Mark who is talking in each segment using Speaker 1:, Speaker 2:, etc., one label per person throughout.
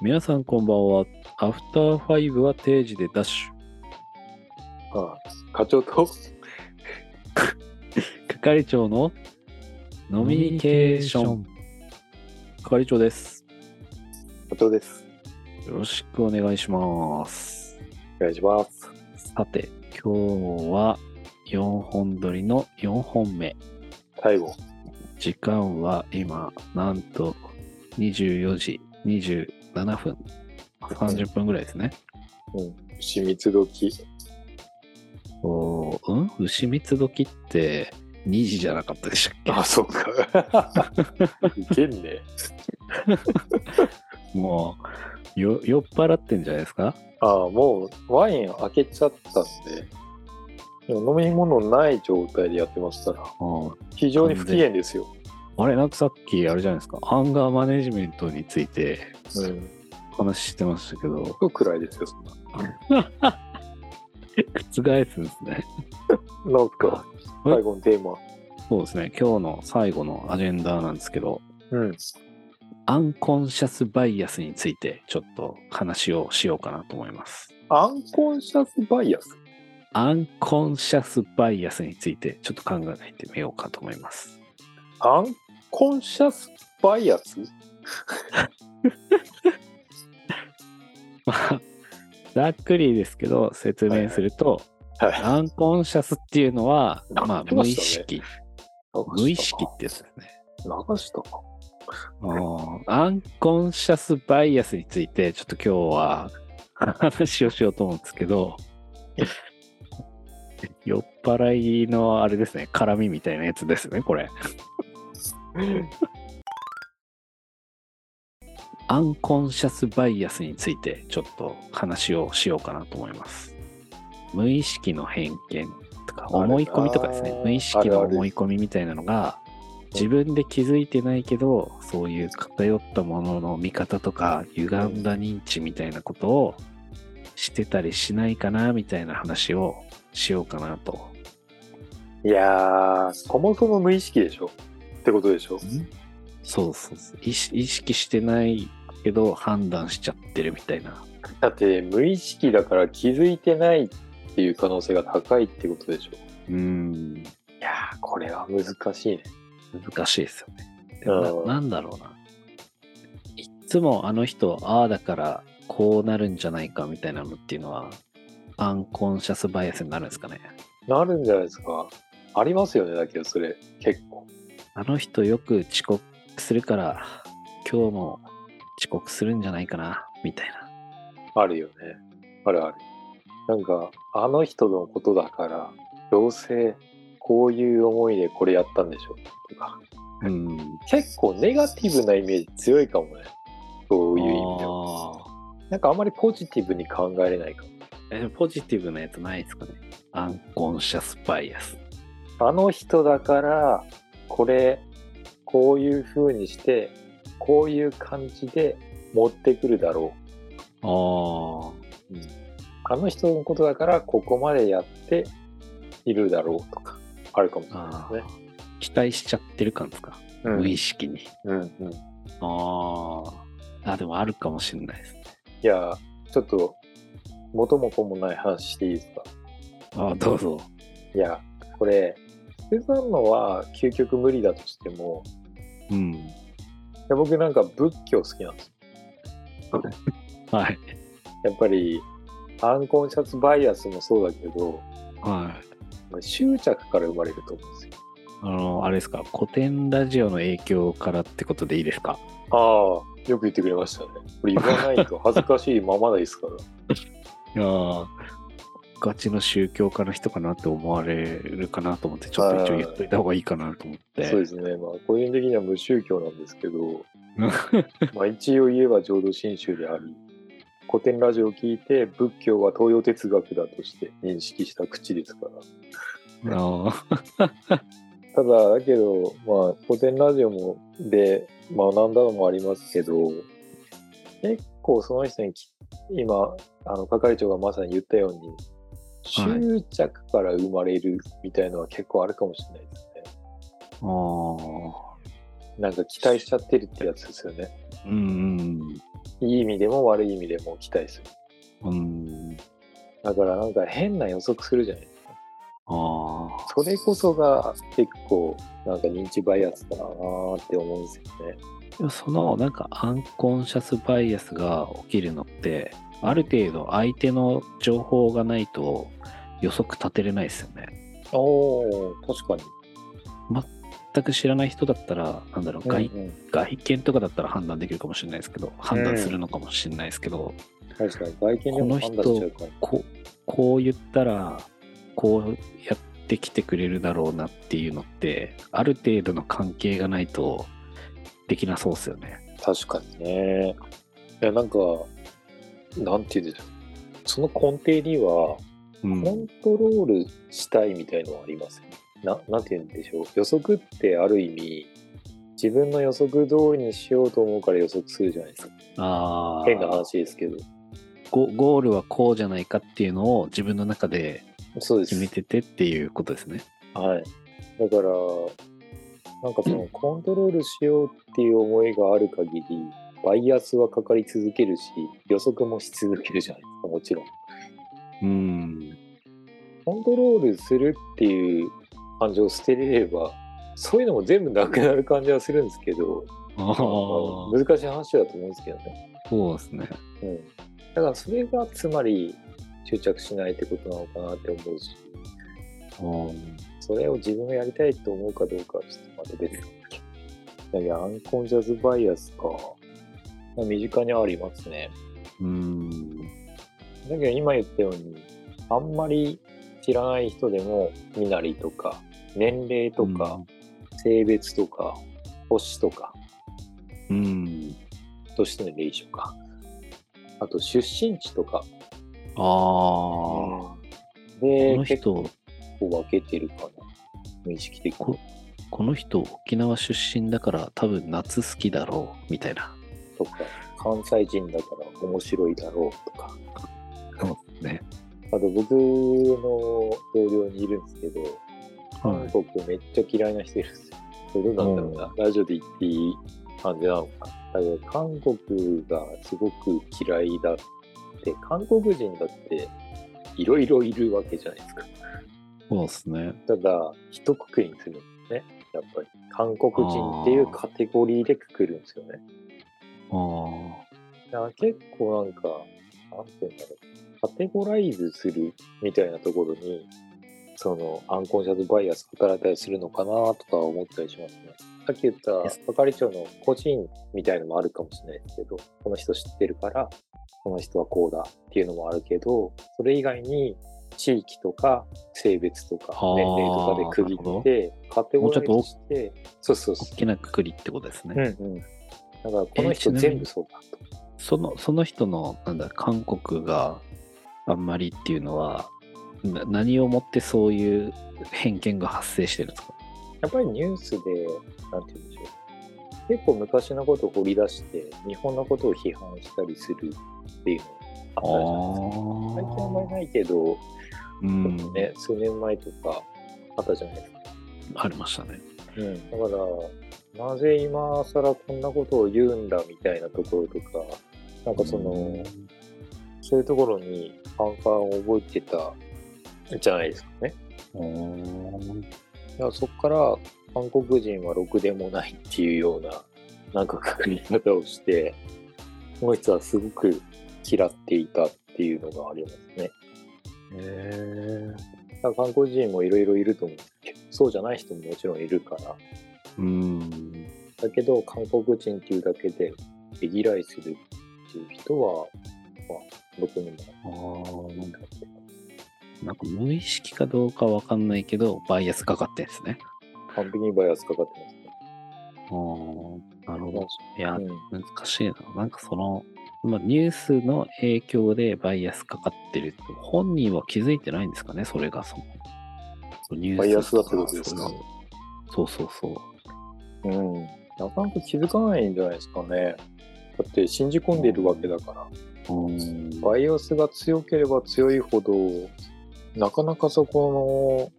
Speaker 1: 皆さんこんばんは。アフターファイブは定時でダッシ
Speaker 2: ああ課長と
Speaker 1: ュ。係長のノミニケーション。係長です。
Speaker 2: 課長です。
Speaker 1: よろしくお願いします。
Speaker 2: お願いします。
Speaker 1: さて、今日は4本撮りの4本目。
Speaker 2: 最後。
Speaker 1: 時間は今、なんと24時27分。30分ぐらいですね。
Speaker 2: うん。牛三つ 時。
Speaker 1: おーうん牛三つ時って2時じゃなかったでしたっけ
Speaker 2: あ、そうか。いけんね。
Speaker 1: もうよ酔っ払ってんじゃないですか
Speaker 2: ああ、もうワイン開けちゃったんで、でも飲み物ない状態でやってましたら、
Speaker 1: うん
Speaker 2: 非常に不機嫌ですよ。
Speaker 1: あれなんかさっきあれじゃないですかアンガーマネジメントについて
Speaker 2: うん。
Speaker 1: 話してましたけど
Speaker 2: すごく暗いですよ、そんな。
Speaker 1: 覆すんですね
Speaker 2: なんか、
Speaker 1: うん
Speaker 2: 最後のテーマ。
Speaker 1: そうですね今日の最後のアジェンダなんですけど
Speaker 2: うん。
Speaker 1: アンコンシャスバイアスについてちょっと話をしようかなと思います
Speaker 2: アンコンシャスバイアス。
Speaker 1: アンコンシャスバイアスについてちょっと考えてみようかと思います
Speaker 2: アンコンシャスバイアス
Speaker 1: まあざっくりですけど説明すると、
Speaker 2: はい。
Speaker 1: アンコンシャスっていうのは、
Speaker 2: あ
Speaker 1: まあ、
Speaker 2: 出
Speaker 1: 無
Speaker 2: ま
Speaker 1: 意
Speaker 2: したね
Speaker 1: 識、無意識ってやつですね。
Speaker 2: 流したか。
Speaker 1: アンコンシャスバイアスについて、ちょっと今日は話をしようと思うんですけど、酔っ払いのあれですね、絡みみたいなやつですね、これ。アンコンシャスバイアスについてちょっと話をしようかなと思います。無意識の偏見とか
Speaker 2: あるな
Speaker 1: 思い込みとかですね、無意識の思い込みみたいなのが自分で気づいてないけど、そういう偏ったものの見方とか歪んだ認知みたいなことをしてたりしないかなみたいな話をしようかなと。
Speaker 2: いやー、そもそも無意識でしょってことでしょ
Speaker 1: そうそうそう意識意識してないけど判断しちゃってるみたいな。
Speaker 2: だって無意識だから気づいてないっていう可能性が高いってことでしょ
Speaker 1: うん
Speaker 2: いやーこれは難しいね
Speaker 1: 難しいですよね。でもな
Speaker 2: う
Speaker 1: な
Speaker 2: ん
Speaker 1: んだろうな。いっつもあの人、ああだからこうなるんじゃないかみたいなのっていうのは、アンコンシャスバイアスになるんですかね。
Speaker 2: なるんじゃないですかありますよねだけどそれ結構
Speaker 1: あの人よく遅刻するから、今日も遅刻するんじゃないかな、みたいな。
Speaker 2: あるよねあるあるなんかあの人のことだからどうせこういう思いでこれやったんでしょとか
Speaker 1: うん。
Speaker 2: 結構ネガティブなイメージ強いかもねそういう意味ではなんかあんまりポジティブに考えれないかも
Speaker 1: あーえポジティブなやつないですかね。アンコンシャスバイアス。
Speaker 2: あの人だから、これ、こういう風にして、こういう感じで持ってくるだろ
Speaker 1: ああ。
Speaker 2: う。あの人のことだから、ここまでやっているだろうとか、あるかもしれ
Speaker 1: あ
Speaker 2: ない
Speaker 1: ー
Speaker 2: で
Speaker 1: 期待しちゃってる感ですか、
Speaker 2: すね。
Speaker 1: 無意
Speaker 2: 識。
Speaker 1: 識に。
Speaker 2: うんうん。い
Speaker 1: あーあ、でもあるかもしれないですね。
Speaker 2: や、ちょっと、元も子もない話していいですか
Speaker 1: あどうぞ。
Speaker 2: いや、これ、スザンノは究極無理だとしても、
Speaker 1: うん。
Speaker 2: いや僕なんか仏教好きなんですよ
Speaker 1: はい。
Speaker 2: やっぱり、アンコンシャスバイアスもそうだけど、
Speaker 1: はい。
Speaker 2: 執着から生まれると思うんですよ。
Speaker 1: あの、あれですか、古典ラジオの影響からってことでいいですか
Speaker 2: ああ、よく言ってくれましたね。これ言わないと恥ずかしいままですから。
Speaker 1: いやーガチの宗教家の人かなって思われるかなと思って、ちょっと一応言っといた方がいいかなと思って。
Speaker 2: そうです ね。まあ、個人的には無宗教なんですけ ど、まあ、一応言えば浄土真宗であり、古典ラジオを聞いて仏教は東洋哲学だとして認識した口ですから。
Speaker 1: あー
Speaker 2: ただ、だけど、まあ、古典ラジオもで学んだのもありますけど、結構その人にき今、あの係長がまさに言ったように、執着から生まれるみたいのは結構あるかもしれないですね。
Speaker 1: あー。
Speaker 2: なんか期待しちゃってるってやつですよね。
Speaker 1: うんうん。
Speaker 2: いい意味でも悪い意味でも期待する。
Speaker 1: うん。
Speaker 2: だからなんか変な予測するじゃないですか。
Speaker 1: ああ。
Speaker 2: それこそが結構なんか認知バイアスだなーって思うんですよね。
Speaker 1: でもそのなんかアンコンシャスバイアスが起きるのってある程度相手の情報がないと予測立てれないですよね
Speaker 2: おー、確かに。
Speaker 1: 全く知らない人だったらなんだろう外,、
Speaker 2: うんうん
Speaker 1: 外見とかだったら判断できるかもしれないですけど判断するのかもしれないですけど、
Speaker 2: 確かに外見でも判断しちゃうから。
Speaker 1: こうこう言ったらこうやってきてくれるだろうなっていうのってある程度の関係がないとできなそうですよね
Speaker 2: 確かにね。いや、なんか、なんて言うんでしょう。その根底には、
Speaker 1: うん
Speaker 2: コントロールしたいみたいのはありますよね。ななんて言うんでしょう。予測ってある意味、自分の予測通りにしようと思うから予測するじゃないですか。
Speaker 1: ああ
Speaker 2: 変な話ですけど。
Speaker 1: ゴゴールはこうじゃないかっていうのを自分の中で
Speaker 2: そうで
Speaker 1: 決め
Speaker 2: す。
Speaker 1: ててっていうことですね。
Speaker 2: はい。だから、なんかそのコントロールしようっていう思いがある限り、バイアスはかかり続けるし、予測もし続けるじゃないですか、もちろん。
Speaker 1: うん。
Speaker 2: コントロールするっていう感情を捨てれればそういうのも全部なくなる感じはするんですけど
Speaker 1: ああ、そ
Speaker 2: 難しい話だと思うんですけどね、
Speaker 1: うですね。
Speaker 2: うん、だからそれがつまり執着しないってことなのかなって思うし
Speaker 1: うん
Speaker 2: それを自分がやりたいと思うかどうかはちょっとまた別なんだけどいやアンコンシャスバイアスかまあ身近にはありますね
Speaker 1: うん。
Speaker 2: だけど今言ったようにあんまり知らない人でも身なりとか年齢とか、性別とか星とか
Speaker 1: うん。
Speaker 2: 年との名称かあと出身地とか
Speaker 1: ああ、こ
Speaker 2: で
Speaker 1: の
Speaker 2: 結
Speaker 1: 人、
Speaker 2: 構分けてるかな無意識的
Speaker 1: ここの人沖縄出身だから多分夏好きだろうみたいな。
Speaker 2: とか関西人だから面白いだろうとか
Speaker 1: そうね。
Speaker 2: あと僕の同僚にいるんですけど韓
Speaker 1: い。
Speaker 2: 国めっちゃ嫌いな人いるんですよこれどうなんだろうな、ラジオで言っていい感じなのかだけど韓国がすごく嫌いだって韓国人だっていろいろいるわけじゃないですか
Speaker 1: そうですね。
Speaker 2: ただ、一括りにするんですね。やっぱり。韓国人っていうカテゴリーでくくるんですよね。
Speaker 1: ああ。
Speaker 2: だから結構なんか、なんて言うんだろう。カテゴライズするみたいなところに、その、アンコンシャスバイアス働いたりするのかなとか思ったりしますね。さっき言った
Speaker 1: です、
Speaker 2: 係長の個人みたいのもあるかもしれないですけど、この人知ってるから、この人はこうだっていうのもあるけど、それ以外に、地域とか性別とか
Speaker 1: あー
Speaker 2: 年齢とかで区切って、カテゴライズして、そうそうそ
Speaker 1: 大きなくくりってことですね。
Speaker 2: う。うんうん。だからこの
Speaker 1: えちな
Speaker 2: 人
Speaker 1: みに
Speaker 2: 全部そうだと。
Speaker 1: そのその人のなんだ韓国があんまりっていうのはな何をもってそういう偏見が発生してるんですか
Speaker 2: やっぱりニュースで、なんて言うんでしょう。結構昔のことを掘り出して、日本のことを批判したりするっていうの
Speaker 1: あ
Speaker 2: があったじゃないですか。最近あんまりないけど、
Speaker 1: うん、
Speaker 2: ね、数年前とかあったじゃないですか。
Speaker 1: ありましたね。
Speaker 2: だから、なぜ今更こんなことを言うんだみたいなところとか、なんかその、そういうところに反感を覚えてたじゃないですかね。
Speaker 1: うん
Speaker 2: だからそこから韓国人はろくでもないっていうようななんか確認方をして、この人はすごく嫌っていたっていうのがありますね。へえ。韓国人もいろいろいると思うんですけど、そうじゃない人ももちろんいるから。
Speaker 1: うん
Speaker 2: だけど、韓国人っていうだけで、毛嫌いするっていう人は、まあ、僕にも
Speaker 1: あ
Speaker 2: いい
Speaker 1: ー
Speaker 2: かっていう
Speaker 1: なんか無意識かどうかわかんないけどバイアスかかってんですね。
Speaker 2: 完璧にバイアスかかってますね。
Speaker 1: あーなるほど。いや
Speaker 2: うん、
Speaker 1: 難しいな。なんかその、まあ、ニュースの影響でバイアスかかってる。本人は気づいてないんですかね、それがその。そうニュース
Speaker 2: バイアスだってことですか
Speaker 1: そういうそうそうそう。
Speaker 2: うん、なかなか気づかないんじゃないですかね。だって信じ込んでいるわけだから、
Speaker 1: うん
Speaker 2: バイオスが強ければ強いほど、なかなかそこの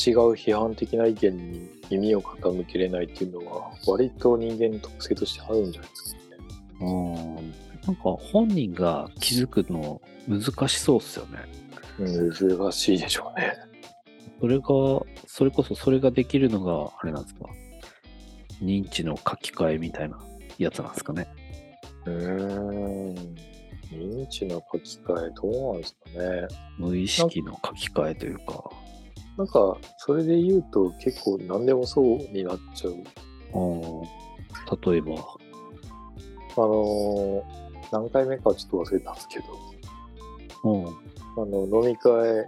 Speaker 2: 違う批判的な意見に耳を傾けれないっていうのは、割と人間の特性としてあるんじゃないですかね。
Speaker 1: うんなんか本人が気づくの難しそうっすよね。
Speaker 2: 難しいでしょうね。
Speaker 1: それが、それこそそれができるのが、あれなんですか、認知の書き換えみたいなやつなんですかね。
Speaker 2: うーん。認知の書き換え、どうなんですかね。
Speaker 1: 無意識の書き換えというか。
Speaker 2: なんか、それで言うと結構何でもそうになっちゃう。
Speaker 1: うん。例えば、
Speaker 2: あのー何回目かちょっと忘れたんですけど、
Speaker 1: うん。
Speaker 2: あの、飲み会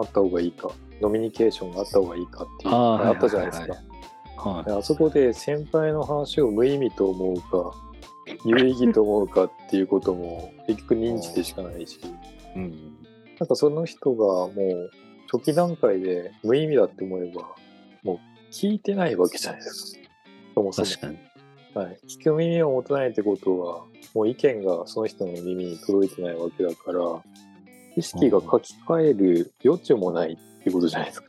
Speaker 2: あった方がいいか、飲みニケーションがあった方がいいかっていう
Speaker 1: あ
Speaker 2: あ
Speaker 1: ーはいはいはいはい
Speaker 2: ったじゃないですか。
Speaker 1: はい。
Speaker 2: であそこで先輩の話を無意味と思うか、有意義と思うかっていうことも結局認知でしかないし、
Speaker 1: うん。
Speaker 2: なんかその人がもう初期段階で無意味だって思えば、もう聞いてないわけじゃないですか。そもそも
Speaker 1: 確。かに。
Speaker 2: はい、聞く耳を持たないってことはもう意見がその人の耳に届いてないわけだから意識が書き換える余地もないってことじゃないですか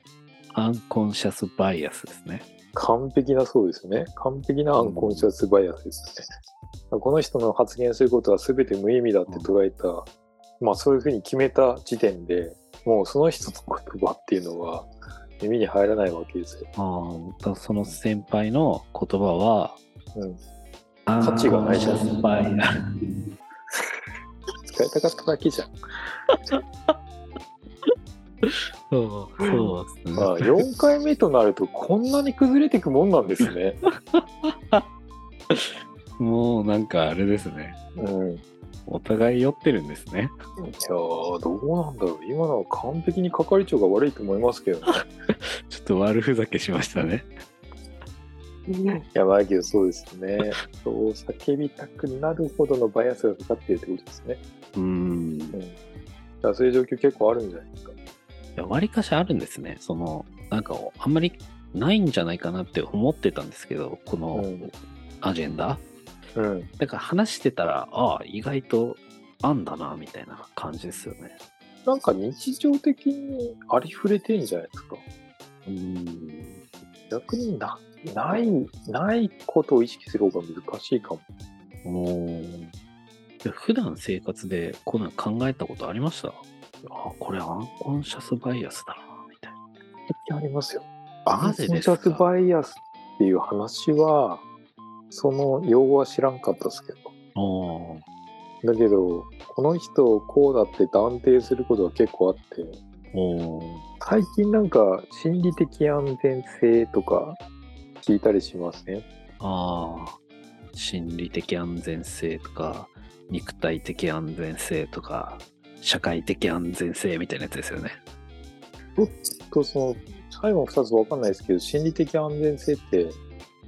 Speaker 1: アンコンシャスバイアスですね。
Speaker 2: 完璧なそうですよね完璧なアンコンシャスバイアスですよねこの人の発言することは全て無意味だって捉えた、まあそういうふうに決めた時点でもうその人の言葉っていうのは耳に入らないわけですよ、
Speaker 1: ああ、だその先輩の言葉は、
Speaker 2: うん、
Speaker 1: 価
Speaker 2: 値がな
Speaker 1: アンコ
Speaker 2: い
Speaker 1: ンシャスバイアス。
Speaker 2: 使いたかっただけじゃん
Speaker 1: そう、そうですね。
Speaker 2: まあ、4回目となるとこんなに崩れていくもんなんですね。
Speaker 1: もうなんかあれですね。
Speaker 2: うん、いや
Speaker 1: お互い酔ってるんですね。
Speaker 2: ーどうなんだろう今のは完璧に係長が悪いと思いますけど ね。
Speaker 1: ちょっと悪ふざけしましたね。
Speaker 2: やばいけどそうですね。そう叫びたくなるほどのバイアスがかかってるってことですね。
Speaker 1: うーん。い
Speaker 2: うん、だからそういう状況結構あるんじゃないですか。
Speaker 1: や、割かしあるんですね。その、なんか、あんまりないんじゃないかなって思ってたんですけど、こ
Speaker 2: う
Speaker 1: の
Speaker 2: ん
Speaker 1: アジェンダ。
Speaker 2: うん、
Speaker 1: だから話してたら、ああ、意外とあんだな、みたいな感じですよね。
Speaker 2: なんか日常的にありふれてんじゃないですか。
Speaker 1: うーん。
Speaker 2: 逆になないないことを意識する方が難しいかも。
Speaker 1: おーいや普段生活でこんなの考えたことありましたあ、これアンコンシャスバイアスだな、みたいな。
Speaker 2: ありますよ。
Speaker 1: マジですか
Speaker 2: アンコンシャスバイアスっていう話は、その用語は知らんかったですけど。
Speaker 1: おー
Speaker 2: だけど、この人こうだって断定することが結構あって、
Speaker 1: おー
Speaker 2: 最近なんか心理的安全性とか聞いたりしますね。
Speaker 1: ああ、心理的安全性とか、肉体的安全性とか、社会的安全性みたいなやつですよね。
Speaker 2: ちょっとその、最後の2つ分かんないですけど、心理的安全性って、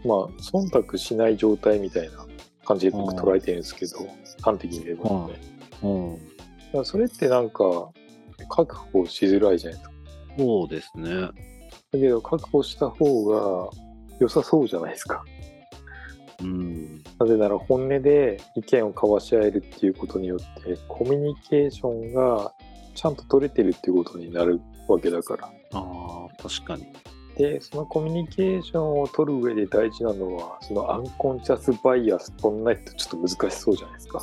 Speaker 2: まあ、忖度しない状態みたいな感じで僕捉えてるんですけど、端的に言えばね。
Speaker 1: うん。
Speaker 2: だからそれってなんか確保しづらいじゃないですか。
Speaker 1: そうですね。
Speaker 2: だけど確保した方が良さそうじゃないですか。
Speaker 1: うん。
Speaker 2: なぜなら本音で意見を交わし合えるっていうことによってコミュニケーションがちゃんと取れてるっていうことになるわけだから。
Speaker 1: ああ、確かに。
Speaker 2: でそのコミュニケーションを取る上で大事なのはそのアンコンシャスバイアス取んないとちょっと難しそうじゃないですか。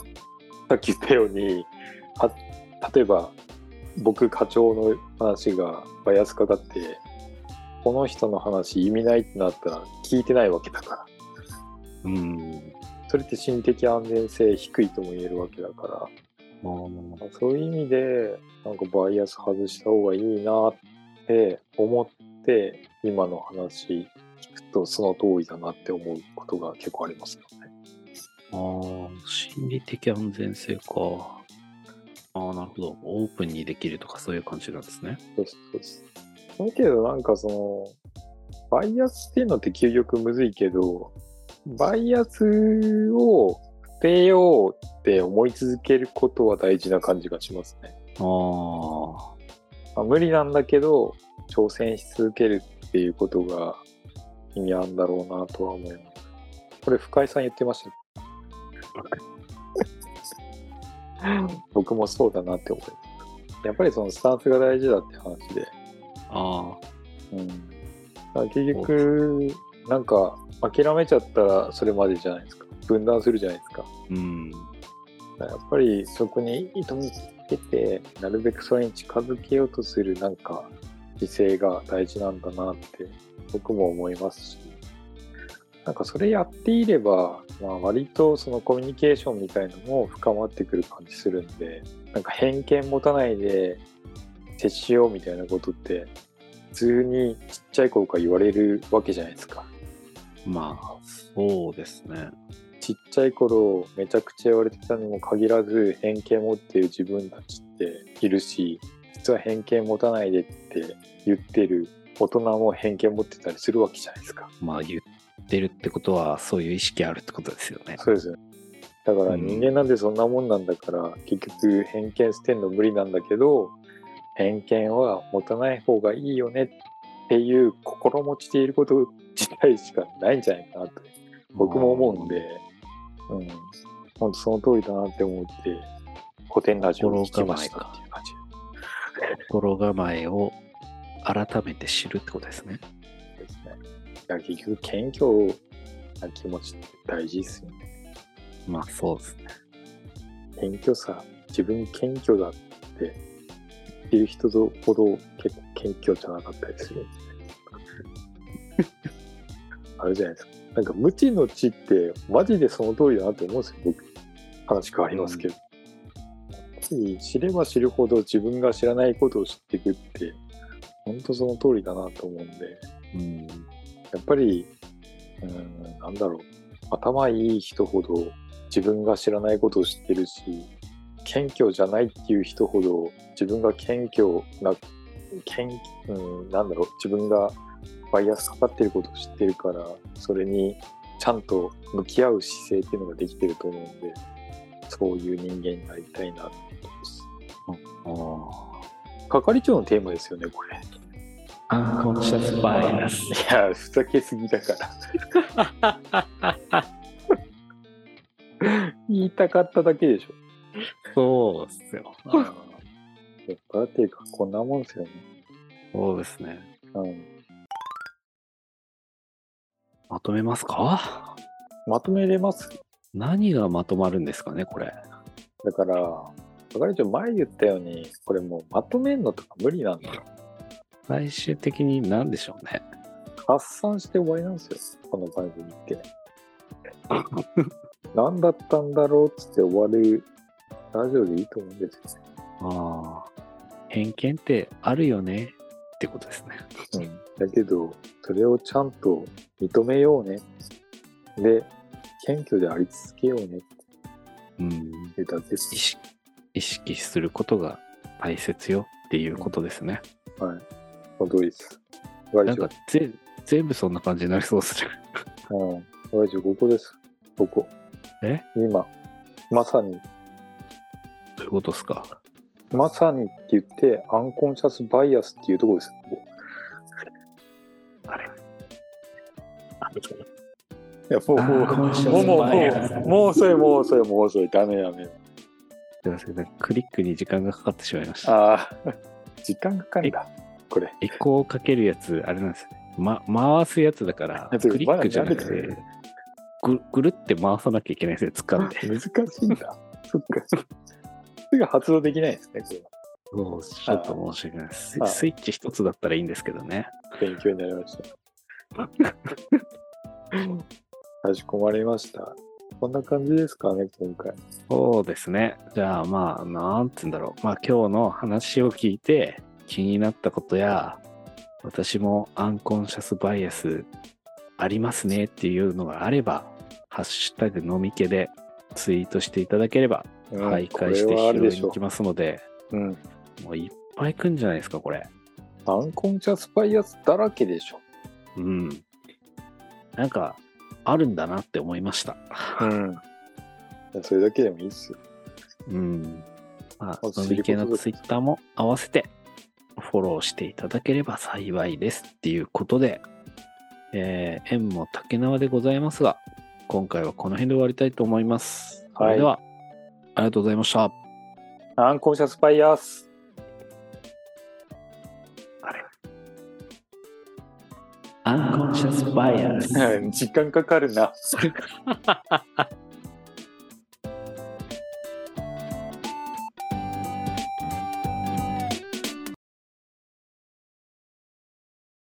Speaker 2: さっき言ったようには例えば僕課長の話がバイアスかかってこの人の話意味ないってなったら聞いてないわけだから
Speaker 1: うん。
Speaker 2: それって心理的安全性低いとも言えるわけだか
Speaker 1: あー
Speaker 2: らそういう意味でなんかバイアス外した方がいいなって思って今の話聞くとその通りだなって思うことが結構ありますよね。
Speaker 1: あー、心理的安全性か。ああ、なるほど。オープンにできるとかそういう感じなんですね。
Speaker 2: そうですそうですだけどなんかそのバイアスっていうのって究極むずいけどバイアスを捨てようって思い続けることは大事な感じがしますね。
Speaker 1: ああ、
Speaker 2: まあ無理なんだけど挑戦し続けるっていうことが意味あるんだろうなとは思います。これ深井さん言ってましたね僕もそうだなって思います。やっぱりそのスタンスが大事だって話で。
Speaker 1: あ
Speaker 2: うん、だから結局なんか諦めちゃったらそれまでじゃないですか分断するじゃないですか
Speaker 1: ー、うん。
Speaker 2: やっぱりそこに糸をつけてなるべくそれに近づけようとするなんか姿勢が大事なんだなって僕も思いますしなんかそれやっていれば、まあ、割とそのコミュニケーションみたいのも深まってくる感じするんでなんか偏見持たないで接しようみたいなことって普通にちっちゃい頃から言われるわけじゃないですか。
Speaker 1: まあ、そうですね。
Speaker 2: ちっちゃい頃めちゃくちゃ言われてたにも限らず偏見持ってる自分たちっているし実は偏見持たないでって言ってる大人も偏見持ってたりするわけじゃないですか。
Speaker 1: まあ、言ってるってことは、そういう意識あるってことですよね。
Speaker 2: そうですよね。だから人間なんてそんなもんなんだから、結局偏見捨てんの無理なんだけど偏見は持たない方がいいよねっていう心持ちでいること自体しかないんじゃないかなと僕も思うんで、うん、本当その通りだなって思って古典ラジオを聞きましたっていう感じ。
Speaker 1: 心構えを改めて知るってことですね。
Speaker 2: ですね。だから結局謙虚な気持ちって大事ですよね。
Speaker 1: まあ、そうですね。
Speaker 2: 謙虚さ自分謙虚だって言ってる人ほど結構謙虚じゃなかったりするんですねあれじゃないですかなんか無知の知ってマジでその通りだなって思うんですよ僕話変わりますけど、知れば知るほど自分が知らないことを知っていくって本当その通りだなと思うんで
Speaker 1: うん。
Speaker 2: やっぱりうんなんだろう頭いい人ほど自分が知らないことを知ってるし謙虚じゃないっていう人ほど自分が謙虚な謙うん、なんだろう自分がバイアスかかってることを知ってるからそれにちゃんと向き合う姿勢っていうのができてると思うんでそういう人間になりたいなって思います
Speaker 1: あ
Speaker 2: 係長のテーマですよねこれ
Speaker 1: あ。コンシャスバイアス。
Speaker 2: いやふざけすぎだから言いたかっただけでしょ
Speaker 1: そうっすよ。
Speaker 2: 酔っ払ってるからこんなもんですよね。
Speaker 1: そうですね。
Speaker 2: うん、
Speaker 1: まとめますか
Speaker 2: まとめれます
Speaker 1: 何がまとまるんですかね、これ。
Speaker 2: だから、係長前言ったように、これもうまとめんのとか無理なんだよ。
Speaker 1: 最終的に何でしょうね。
Speaker 2: 発散して終わりなんですよ、この番組 って。何だったんだろうっつって終わるラジオでいいと思うんです
Speaker 1: ああ。偏見ってあるよねってことですね。
Speaker 2: よね。うん、だけど、それをちゃんと認めようね。で、謙虚であり続けようねっ
Speaker 1: うん。
Speaker 2: てだけです
Speaker 1: 意。識意識することが大切よっていうことですね。
Speaker 2: はい。その通りです。係
Speaker 1: なん
Speaker 2: 長
Speaker 1: かぜ全部そんな感じになりそうですね。
Speaker 2: うん。親父、ここです。ここ。
Speaker 1: え
Speaker 2: 今。まさに、
Speaker 1: どういうことですか
Speaker 2: まさにって言って、アンコンシャスバイアスっていうところです。ここ
Speaker 1: あれ
Speaker 2: いや、もう、もう、
Speaker 1: コンシ
Speaker 2: もう、もう、
Speaker 1: バイ
Speaker 2: も
Speaker 1: アス
Speaker 2: う、もう遅い、もう遅い、もう遅い。ダメダメ。
Speaker 1: すいません、なんかクリックに時間がかかってしまいました。
Speaker 2: ああ、時間かかるんだ。これ。
Speaker 1: エコーをかけるやつ、あれなんですよね。ま、回すやつだから、
Speaker 2: ちょっと
Speaker 1: クリックじゃなく
Speaker 2: まだ慣れて
Speaker 1: て、ぐぐるって回さなきゃいけないんですよ、掴んで。
Speaker 2: 難し いんだ。そっか。すぐ発動できないですね、これは。
Speaker 1: そうちょっと申し訳ないです。スイ
Speaker 2: あ
Speaker 1: スイッチ一つだったらいいんですけどね。
Speaker 2: 勉強になりました。かしこまりました。こんな感じですかね、今回。
Speaker 1: そうですね。じゃあまあ、なんつうんだろう。まあ今日の話を聞いて気になったことや、私もアンコンシャスバイアスありますねっていうのがあれば、ハッシュタグ飲み気でツイートしていただければ、
Speaker 2: うん
Speaker 1: 徘
Speaker 2: こ
Speaker 1: 徊
Speaker 2: れ
Speaker 1: して
Speaker 2: はあるで
Speaker 1: 拾い
Speaker 2: し
Speaker 1: に
Speaker 2: ょ
Speaker 1: 行きますので、
Speaker 2: う。うん。
Speaker 1: もういっぱい来んじゃないですか、これ。
Speaker 2: アンコンシャスバイアスだらけでしょ。
Speaker 1: うん。なんか、あるんだなって思いました。
Speaker 2: うん。それだけでもいいっすよ。
Speaker 1: うん。まあ、
Speaker 2: まず
Speaker 1: 飲
Speaker 2: 知
Speaker 1: み
Speaker 2: る
Speaker 1: 系の
Speaker 2: ことだ
Speaker 1: ツイッターも合わせてフォローしていただければ幸いですっていうことで、えー縁も竹縄でございますが、今回はこの辺で終わりたいと思います。そ
Speaker 2: はい
Speaker 1: れでは、ありがとうございました。
Speaker 2: アンコンシャスバイア ス。
Speaker 1: アンコンシャスバイアス。
Speaker 2: 時間かかるな。